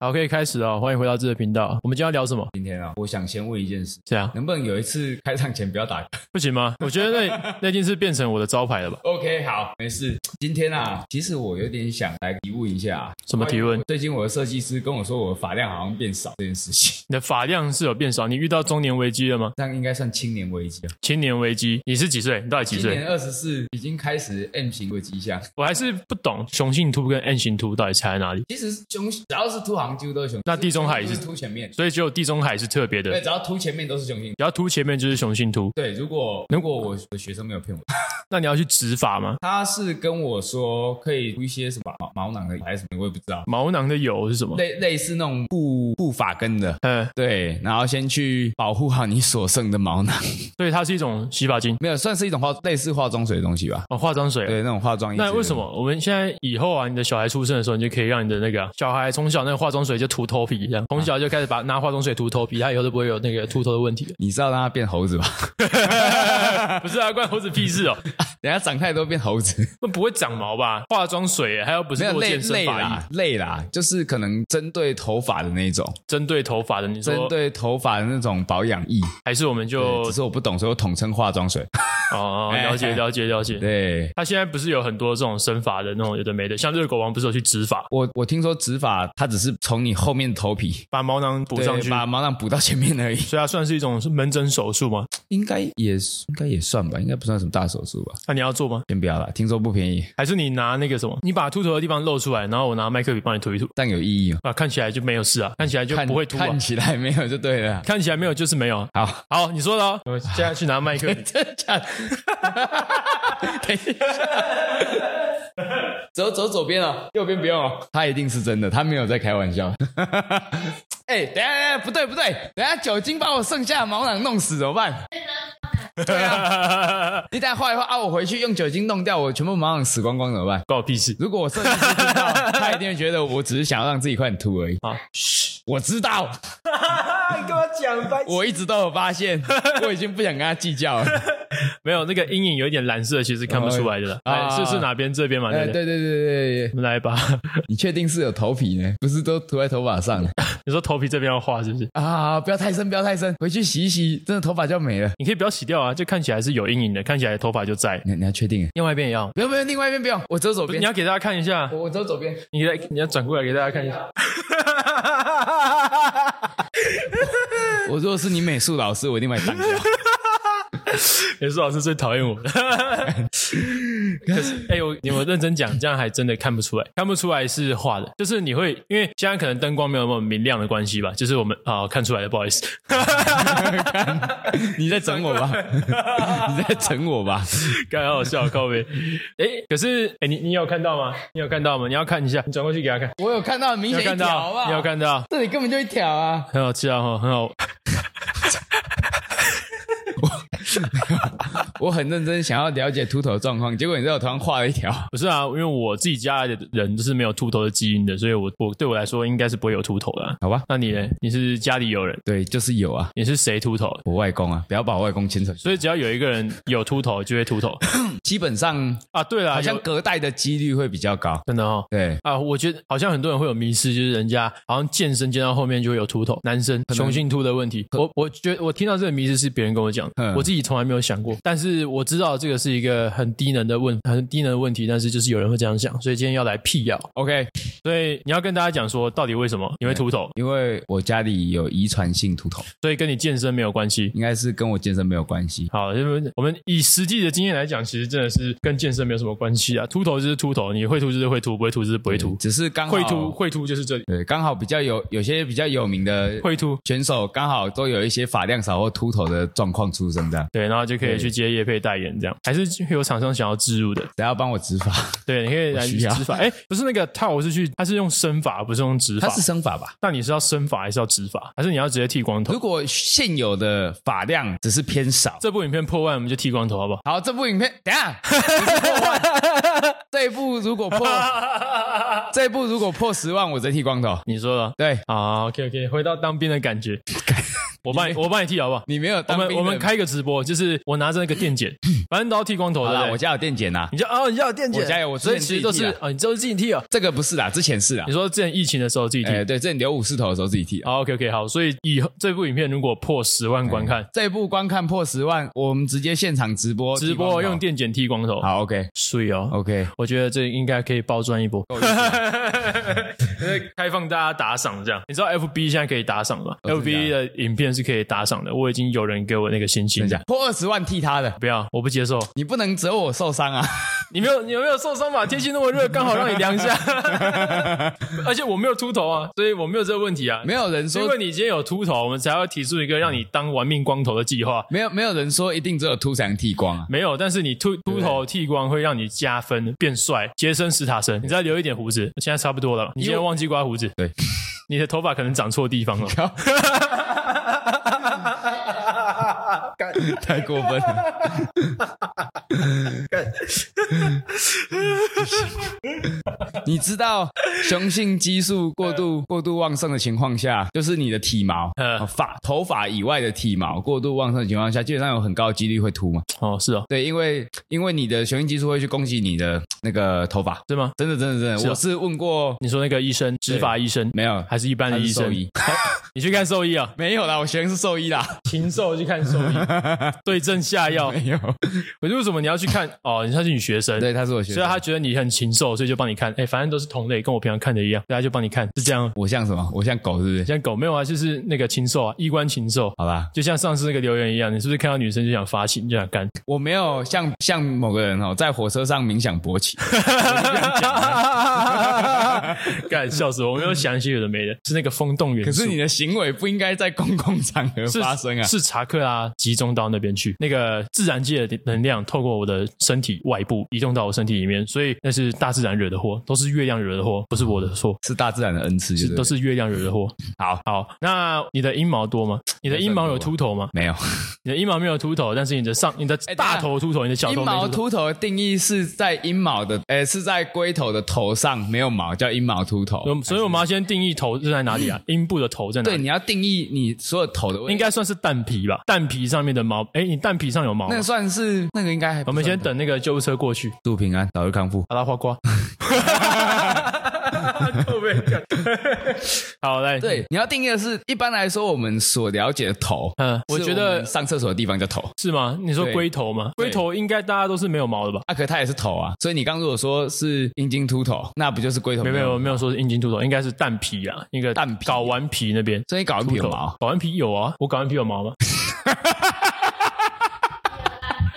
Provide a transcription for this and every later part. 好，可以开始哦，欢迎回到这个频道。我们今天要聊什么？今天啊，我想先问一件事，这样能不能有一次开场前不要打 嗝不行吗？我觉得那 那已经是变成我的招牌了吧？ ？OK，好，没事。今天啊，其实我有点想来提问一下啊，什么提问？最近我的设计师跟我说我的发量好像变少这件事情， 你的发量是有变少？你遇到中年危机了吗？这样应该算青年危机啊。青年危机？你是几岁？你到底几今年岁？二十四，已经开始 M 型的迹象。我还是不懂雄性秃跟 N 型秃到底差在哪里，其实胸只要是凸行几乎都是胸，那地中海就是是凸前面，所以只有地中海是特别的，对，只只要凸前面都是雄性。要秃前面就是雄性秃。对，如果如果我的学生没有骗我，那你要去植发吗？他是跟我说可以涂一些什么毛毛囊的还是什么，我也不知道，毛囊的油是什么？类类似那种护护发根的，嗯，对，然后先去保护好你所剩的毛囊， 所以它是一种洗发精没有算是一种化类似化妆水的东西吧？哦，化妆水。对，那种化妆液。。那为什？么我们现在以后啊，你的小孩出生的时候，你就可以让你的那个啊、小孩从小那个化妆水就涂头皮，这样从小就开始把拿化妆水涂头皮，他以后都不会有那个秃头的问题了你知道让它变猴子 吧？不是啊，关猴子屁事哦，人家长太多变 猴子，那不会长毛吧？化妆水还有不没是有做累健身累法医，啦，累啦，就是可能针对头发的那种，针对头发的，你针说对头发的那种保养液。还是我们对就只是我不懂，所以我统称化 妆水。哦，哎了解哎了解了解。对他现在不是有很多这种生发的那种有的没的，像热狗王不是有去植发，我，我听说植发它只是从你后面的头皮把毛囊补上对去，把毛囊补到前面而已，所以它算是一种是门诊手术吗？应该也应该也算吧，应该不算什么大手术吧。那、你要做吗？先不要啦，听说不便宜，还是你拿那个什么，你把秃头的地方露出来，然后我拿麦克笔帮你涂一涂但有意义哦。啊，看起来就没有事啊，看起来就看不会秃啊，看看起来没有就对了。起来没有就是没有啊。好，。好，你说的哦，我现在去拿麦克笔真的假的？ 等一下，走走左边哦，右边不用哦。他一定是真的，他没有在开玩笑。 哎、等一下，等一下，不对不对，等一下酒精把我剩下的毛囊弄死怎么办？你等一下画一画啊，我回去用酒精弄掉，我全部毛囊死光光怎么办？ 关我屁事如果我设计师知道，他一定会觉得我只是想要让自己快点秃而已。啊！我知道，你跟我讲吧，我一直都有发现，我已经不想跟他计较了。没有那个阴影有一点蓝色，其实看不出来的了。哦哎，啊是是哪边这边嘛？对哎，不对对？对对对对我，们来吧。 你确定是有头皮呢？不是都涂在头发上你说头皮这边要画是不是？啊？不要太深，不要太深，回去洗一洗，真的头发就没了。你可以不要洗掉啊，就看起来是有阴影的，看起来头发就在。你你要确定？另外一边也要，不用不用，另外一边不用，我走左不是边你。要给大家看一下，我我走左边，你来，你要转过来给大家看一 下。我如果是你美术老师，我一定把你挡掉。 美术老师最讨厌我们。可是，哎、我你们认真讲，这样还真的看不出来，看不出来是画的，就是你会因为现在可能灯光没有那么明亮的关系吧，就是我们啊、看出来的，不好意思。 你在整我吧？你在整我吧？刚刚好笑，靠背。哎、可是哎、你你有看到吗？你有看到吗？你要看一下，你转过去给他看，我有看到，你明有显一看条到，吧？你有，看到，这里根本就一条啊！很好吃啊，哈，很好。我很认真想要了解秃头的状况，结果你在我头上画了一条。 不是啊，因为我自己家里的人就是没有秃头的基因的，所以我我对我来说应该是不会有秃头的啊、好吧那你呢？你是家里有人？对，就是有啊，你是谁秃头？我外公啊，不要把我外公牵扯。所以只要有一个人有秃头，就会秃 头基本上啊。对了，好像有隔代的几率会比较高。真的哦。对，啊，我觉得好像很多人会有迷失，就是人家好像健身健到后面就会有秃头，男生雄性秃的问题。我我觉得我听到这个迷失是别人跟我讲的，嗯我自己从来没有想过。但是我知道这个是一个很低能的问，很低能的问题，但是就是有人会这样想，所以今天要来辟谣。 OK，所以你要跟大家讲说，到底为什么你会秃头？因为我家里有遗传性秃头，所以跟你健身没有关系。应该是跟我健身没有关系。好，因为我们以实际的经验来讲，其实真的是跟健身没有什么关系啊。秃头就是秃头，你会秃就是会秃，不会秃就是不会秃。只是嗯刚好会秃会秃就是这里对，刚好比较有有些比较有名的会秃，选手，刚好都有一些发量少或秃头的状况出生的。对，然后就可以去接叶配代言这样，还是有厂商想要植入的，谁要帮我植发？对，你可以来我需要植发。哎，不是那个套，我是去，他是用生发，不是用植发它。是生发吧？那你是要生发还是要植发，还是你要直接剃光 头？如果现有的发量只是偏少，这部影片破万，我们就剃光头好不好？好，这部 影片等一下不是破万这一部如 果破这一部如果破十万，我直接剃光头。 你说了对， 啊，OK OK，回到当兵的感觉。我帮你，我帮你剃好不好？你没有我当们兵我们的开一个直播，就是我拿着那个电 剪，反正都要剃光头好的。啦，对不对我家有电剪啊呐，你就哦，你叫我电剪，我家有我之所前以其实都是自己剃啊哦，你都是自己剃哦。这个不是啦，之前是啦你。说之前疫情的时候自己剃，哎，对，这你留五四头的时候自己剃啊。好 OK OK 好，所以以后这部影片如果破十哎万观看，这一部观看破十万，我们直接现场直播，直播用电剪剃光头，好，OK 水哦。 OK，我觉得这应该可以包赚一波，啊开放大家打赏这样。你知道 FB 现在可以打赏吗哦真的假？FB 的影片是可以打赏的，我已经有人给我那个星等星一下，破二十万剃他的，不要，我不接受。你不能责我受伤啊！ 你没有，你有没有受伤吧？天气那么热，刚好让你凉一 下。而且我没有秃头啊，所以我没有这个问题啊。没有人是因说为你今天有秃头，我们才要提出一个让你当玩命光头的计划。没有没有人说一定只有秃想剃光啊，没有，但是你秃秃头剃光会让你加分变帅，杰森史塔森。你再留一点胡子，现在差不多了。你今天忘记刮胡子，对，你的头发可能长错地方 了。太过分了。你知道雄性激素过度过度旺盛的情况下，就是你的体毛、嗯哦发头发以外的体毛过度旺盛的情况下，基本上有很高的几率会秃嘛。哦，是哦，对，因为因为你的雄性激素会去攻击你的那个头发，是吗？真的真的真的，是啊我是问过你说那个医生，植发医生没有，还是一般的他是医生兽医？ 你去看兽医啊，没有啦，我学生是兽医啦，禽兽去看兽医， 对症下药。没有，可是为什么你要去看？哦，你他是你学生，对，他是我学所以生。他觉得你很禽兽，所以就帮你看。哎，反正都是同类，跟我平常看的一样，所以他就帮你看，是这样。我像什么？我像狗是不是？像狗没有啊，就是那个禽兽啊，衣冠禽兽。好吧，就像上次那个留言一样，你是不是看到女生就想发情，就想干？ 我没有像像某个人哦，在火车上冥想 勃起， 干笑死我！我没有想一些有的没的，是那个风动元素。可是你的行为不应该在公共场合是发生啊！是查克拉集中到那边去，那个自然界的能量透过我的身体外部移动到我身体里面，所以那是大自然惹的祸，都是月亮惹的祸，不是我的错，是大自然的恩赐，就是对都是月亮惹的祸。好好，那你的阴毛多吗？你的阴毛有秃头吗？没有你的阴毛没有秃头，但是你的上你的哎等一下大头秃头，你的小阴头没毛秃头。秃头的定义是在阴毛的，诶，是在龟头的头上没有毛叫阴毛秃头。所以所以我们要先定义头是在哪里啊？阴部的头在哪嗯对，里？你要定义你所有头的位置，应该算是蛋皮吧？蛋皮上面的毛，哎，你蛋皮上有毛吗那？算是那个应该还不我们先算吧等那个救护车过去，祝平安，早日康复。把它花 瓜。够没干？好，来，对，，你要定义的是，一般来说我们所了解的头，嗯，我是觉我们得上厕所的地方叫头是吗？你说对龟头吗？对龟头应该大家都是没有毛的吧？啊，可它也是头啊，所以你刚如果说是阴茎秃头，那不就是龟头？没有没有，我没有说是阴茎秃头，应该是蛋皮啊，那个蛋皮睾丸皮那边。所以睾丸皮有毛，睾丸皮有啊，我睾丸皮有毛吗？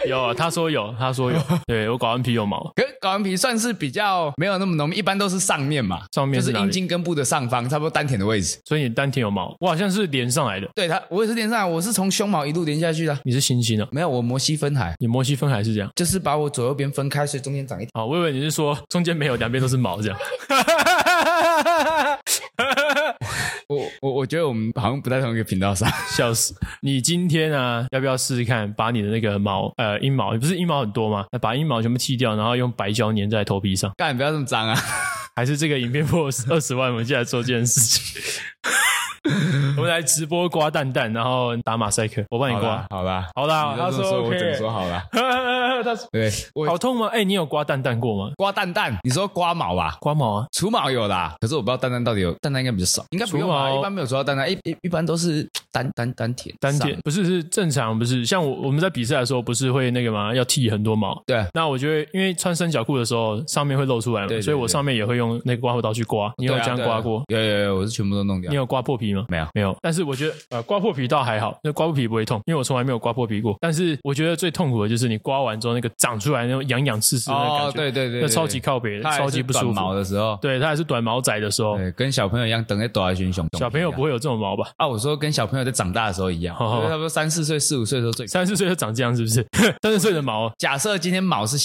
有啊，他说有，他说有，对我睾丸皮有毛，可是睾丸皮算是比较没有那么浓密，一般都是上面嘛，上面就是是哪里阴茎根部的上方，差不多丹田的位置。所以你丹田有毛，我好像是连上来的，对它，我也是连上来，我是从胸毛一路连下去的。你是星星啊，没有，我摩西分海，你摩西分还是这样？就是把我左右边分开，所以中间长一条。啊，我以为你是说中间没有，两边都是毛这样。我我我觉得我们好像不在同一个频道上。笑死！你今天啊，要不要试试看，把你的那个毛，呃，阴毛，不是阴毛很多吗？那把阴毛全部剃掉，然后用白胶粘在头皮上， 干，不要这么脏啊！还是这个影片破二十万，我们现在做这件事情。 我们来直播刮蛋蛋，然后打马赛克，我帮你好刮吧，。好吧，好啦，你他就这么说，我只能说 OK。好了。 他说对，我好痛吗？哎、你有刮蛋蛋过吗？刮蛋蛋，你说刮毛吧？刮毛啊？除毛有啦，可是我不知道蛋蛋到底有蛋蛋应该比较少，应该不用除啊，毛一般没有除到蛋蛋，一一一般都是丹丹丹田丹上啊田不是是正常，不是像我我们在比赛的时候，不是会那个嘛，要剃很多毛。对，那我觉得，因为穿三角裤的时候上面会露出来嘛，对对所以我上面也会用那个刮胡刀去刮。你有对这啊样对啊刮过？有有有，我是全部都弄掉你。有刮破皮吗？没有没有。但是我觉得，呃，刮破皮倒还好，那刮破皮不会痛，因为我从来没有刮破皮过。但是我觉得最痛苦的就是你刮完之后那个长出来那种痒痒刺刺的那个感哦，觉，对对对，那对超级靠北的，它还是超级不舒短毛服。的时候，对，它还是短毛仔的时候，对，跟小朋友一样，等在躲在群熊。小朋友不会有这种毛吧？啊，我说跟小朋友在长大的时候一样，哦就是差不多三四岁、四五岁的时候最。三十岁就长这样是不是？ 三十岁的毛啊假设今天毛是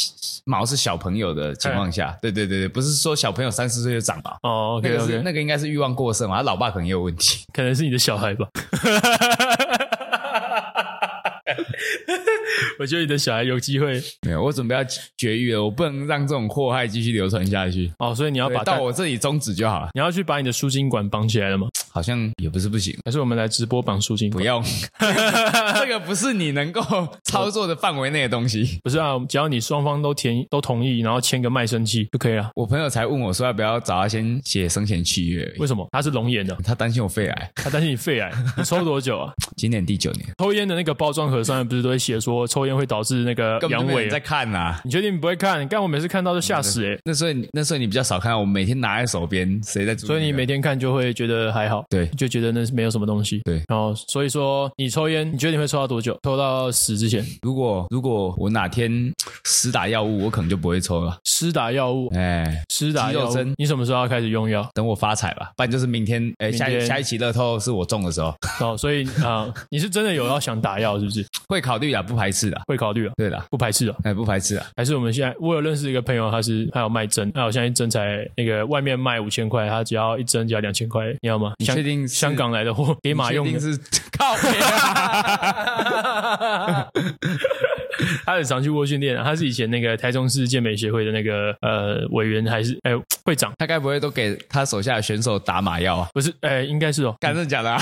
毛是小朋友的情况下，对对对对，不是说小朋友三四岁就长毛，哦那，OK 个是 OK，那个应该是欲望过剩嘛，他老爸可能也有问题。 可能是你的小孩吧。 我觉得你的小孩有机会没有，我准备要绝育了，我不能让这种祸害继续流传下去。哦，所以你要对把到蛋我这里终止就好了。你要去把你的输精管绑起来了吗？好像也不是不行。还是我们来直播绑输精不不 用， 这个不是你能够操作的范围内的东西。不是啊，只要你双方都填都同意，然后签个卖身契就可以了。我朋友才问我说要不要找他先写生前契约而已，为什么？他是龙眼 的，啊他担心我肺癌，他担心你肺癌。你抽多久 啊？今年第九年，抽烟的那个包装盒上面不是都会写说抽烟会导致那个根本阳就没有痿人在啊？看呐、你确定你不会看？干我每次看到都吓死哎、那时候你那时候你比较少看，我每天拿在手边，谁在注意这所个？以你每天看就会觉得还好，对就觉得那是没有什么东西。对然后所以说你抽烟，你觉得你会抽到多久？抽到死之前，如果如果我哪天施打药物，我可能就不会抽了。施打药物，哎，施打肌肉药物针，你什么时候要开始用药？等我发财吧，不然就是明天，哎，明下一天下一期乐透是我中的时候，哦，所以啊、你是真的有要想打药是不是？会考虑啊，不排斥的，会考虑啊，对的，不排斥啊。哎，不排斥啊，还是我们现在，我有认识一个朋友，他是他有卖针，那我现在针才那个外面卖五千块，他只要一针只要两千块，你要吗？你香确定是香港来的货，给马用一定的， 是靠北啊他很常去卧训练啊，他是以前那个台中市健美协会的那个呃委员还是哎、会长， 他该不会都给他手下的选手打麻药啊？不是哎、应该是哦，干真的假的啊？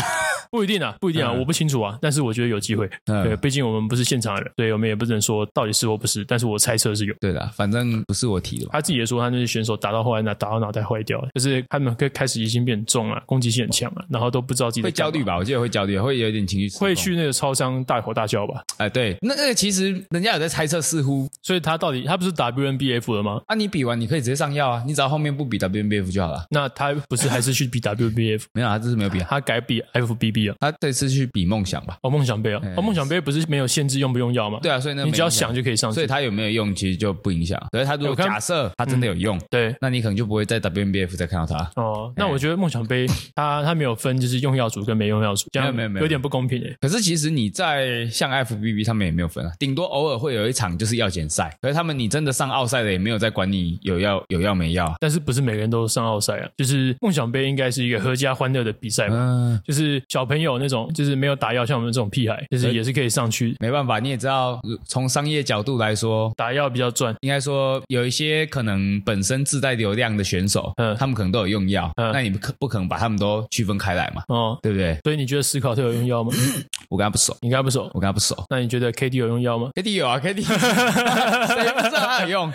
不一定啊，不一定啊，嗯我不清楚啊，但是我觉得有机会，嗯对，毕竟我们不是现场的人，对我们也不能说到底是或不是，但是我猜测是有。对的，啊反正不是我提的嘛。他自己也说，他那些选手打到后来呢，打到脑袋坏掉了，就是他们开开始疑心变重了，攻击性很强啊，然后都不知道自己在会焦干嘛虑吧？我记得会焦虑，会有一点情绪失控会去那个超商大吼大叫吧。哎、对，那那个其实人家有在猜测，似乎所以他到底他不是打 WNBF 了吗？啊，你比完你可以直接上药啊，你只要后面不比 WNBF 就好了。那他不是还是去比 WNBF？没有啊，这次没有比啊，他改比 FBB 啊？他这次去比梦想吧。哦，梦想杯啊哎！哦，梦想杯不是没有限制用不用药吗？对，啊，所以那个你只要没影响想就可以上所以去。他有没有用其实就不影响。所以他如我嗯果看假设他真的有用，对。那你可能就不会在 WNBF 再看到他。哦，哎那我觉得梦想杯它它没有分，就是用药组跟没用药组，这样没有没有没有有点不公平欸诶。可是其实你在像 FBB 他们也没有分啊，顶多偶尔会有一场就是药检赛，可是他们你真的上奥赛的也没有在管你有药有药没药啊。但是不是每个人都上奥赛啊？就是梦想杯应该是一个合家欢乐的比赛嘛，嗯、就是小朋友那种，就是没有打药，像我们这种屁孩，就是也是可以上去没办法，你也知道，呃从商业角度来说，打药比较赚。应该说有一些可能本身自带流量的选手，嗯他们可能都有用药，嗯那你不可不可能把他们都区分开来嘛，哦，对不对？所以你觉得思考特有用 药吗？我跟他不熟，你应该不熟。我跟他不熟。？那你觉得 KD 有用药吗 K D 有啊，K D，谁不知道他有用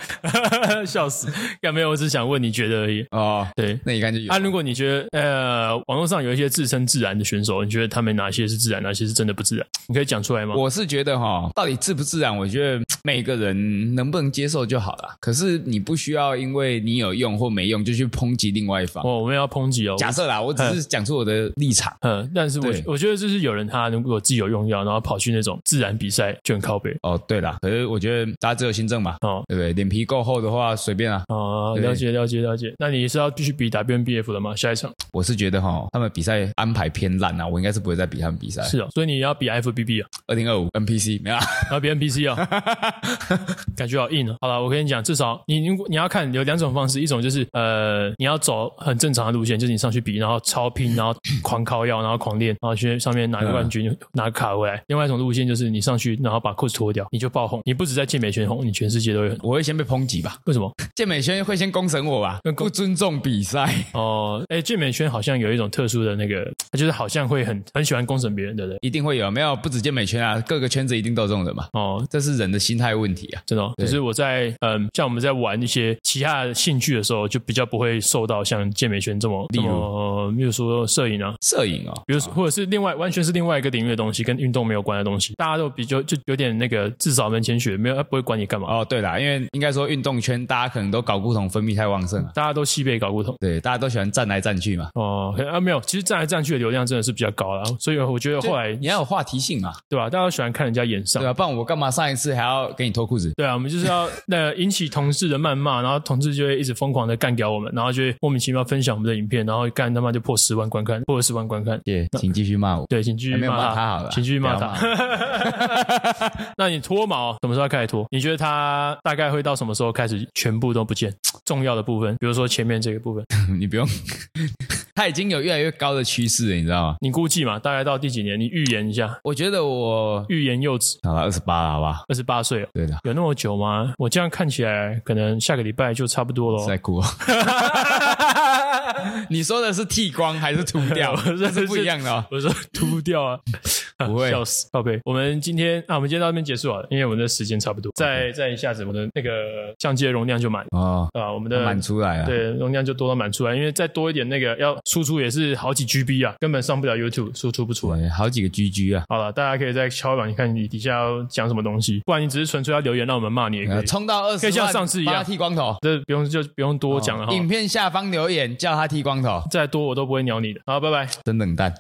笑死！干没有，我只想问你觉得而已。哦？对，那你感觉有啊，如果你觉得呃，网络上有一些自称自然的选手，你觉得他们哪些是自然，哪些是真的不自然？你可以讲出来吗？我是觉得哈，到底自不自然，我觉得每个人能不能接受就好了。可是你不需要因为你有用或没用就去抨击另外一方。哦，我们要抨击哦。假设啦，我只是讲出我的立场。嗯，但是我对我觉得就是有人他如果自己有用药，然后跑去那种自然比赛，就很靠背哦，对啦，可是我觉得大家只有新政嘛，哦。对不对？脸皮够厚的话，随便啊。哦，对了解了解了解。那你是要继续比 WNBF 的吗？下一场我是觉得哈，他们比赛安排偏烂啊，我应该是不会再比他们比赛。是哦，所以你要比 FBB 啊，二零二五 NPC 没有、啊， 然后比 NPC 啊。感觉好硬啊！好了，我跟你讲，至少你如果你要看有两种方式，一种就是呃，你要走很正常的路线，就是你上去比，然后超拼，然后狂靠药，然后狂练，然后去上面拿个冠军，拿卡回来；另外一种路线就是你上去，然后把裤子脱掉，你就爆红。你不止在健美圈红，你全世界都会红。我会先被抨击吧？为什么？健美圈会先攻审我吧？攻不尊重比赛，哦，哎，健美圈好像有一种特殊的那个，就是好像会很很喜欢攻审别人，对不对？一定会有，没有不止健美圈啊，各个圈子一定都有这种人嘛。哦，这是人的心态问题啊。真的、哦，对就是我在嗯，像我们在玩一些其他的兴趣的时候，就比较不会受到像健美圈这么，例如这么比如说摄影啊，摄影哦，比如说，或者是另外完全是另外一个领域的东西，跟运动没有关的东西，大家都比较就有点那个至少门前雪，没有他啊不会管你干嘛，哦对啦，因为应该说运动圈大家可能都睾固酮分泌太旺盛了，啊大家都西北搞不同。对，大家都喜欢站来站去嘛。哦，可啊没有，其实站来站去的流量真的是比较高啦，所以我觉得后来你要有话题性嘛，对吧、大家都喜欢看人家演上对。啊，不然我干嘛上一次还要给你脱裤子？对啊，我们就是要 那引起同事的谩骂，然后同事就会一直疯狂的干掉我们，然后就会莫名其妙分享我们的影片，然后干他妈就破十万观看，破了十万观看。耶，请继续骂我。 对，请继续还没有骂骂他好了请继续骂不要他。 那你脱毛什么时候要开始脱？你觉得它大概会到什么时候开始全部都不见？重要的部分，比如说前面这个部分，你不用，它已经有越来越高的趋势了，你知道吗？你估计嘛，大概到第几年？你预言一下，我觉得我预言幼稚，好了，二十八了，好吧？二十八岁哦，对的，有那么久吗？哦我这样看起来，可能下个礼拜就差不多是喽在。哭哦。 你说的是剃光还是秃掉 我？说这是是不一样的哦。我说秃掉 啊，啊不会笑死，宝贝。我们今天啊，我们今天到这边结束好了，因为我们的时间差不多，再再一下子，我们的那个相机的容量就满哦，啊，我们的满出来了。，对容量就多到满出来，因为再多一点那个要输出也是好几 GB 啊，根本上不了 YouTube，输出不出来。好几个 GG 啊，好了，大家可以在敲碗看你底下要讲什么东西，不然你只是纯粹要留言让我们骂你也可呃以，冲到二十可以万，像上次一样帮他剃光头。这不用就不哦用多讲了哈。影片下方留言叫他剃光头，再多我都不会鸟你的。好，拜拜。真冷淡。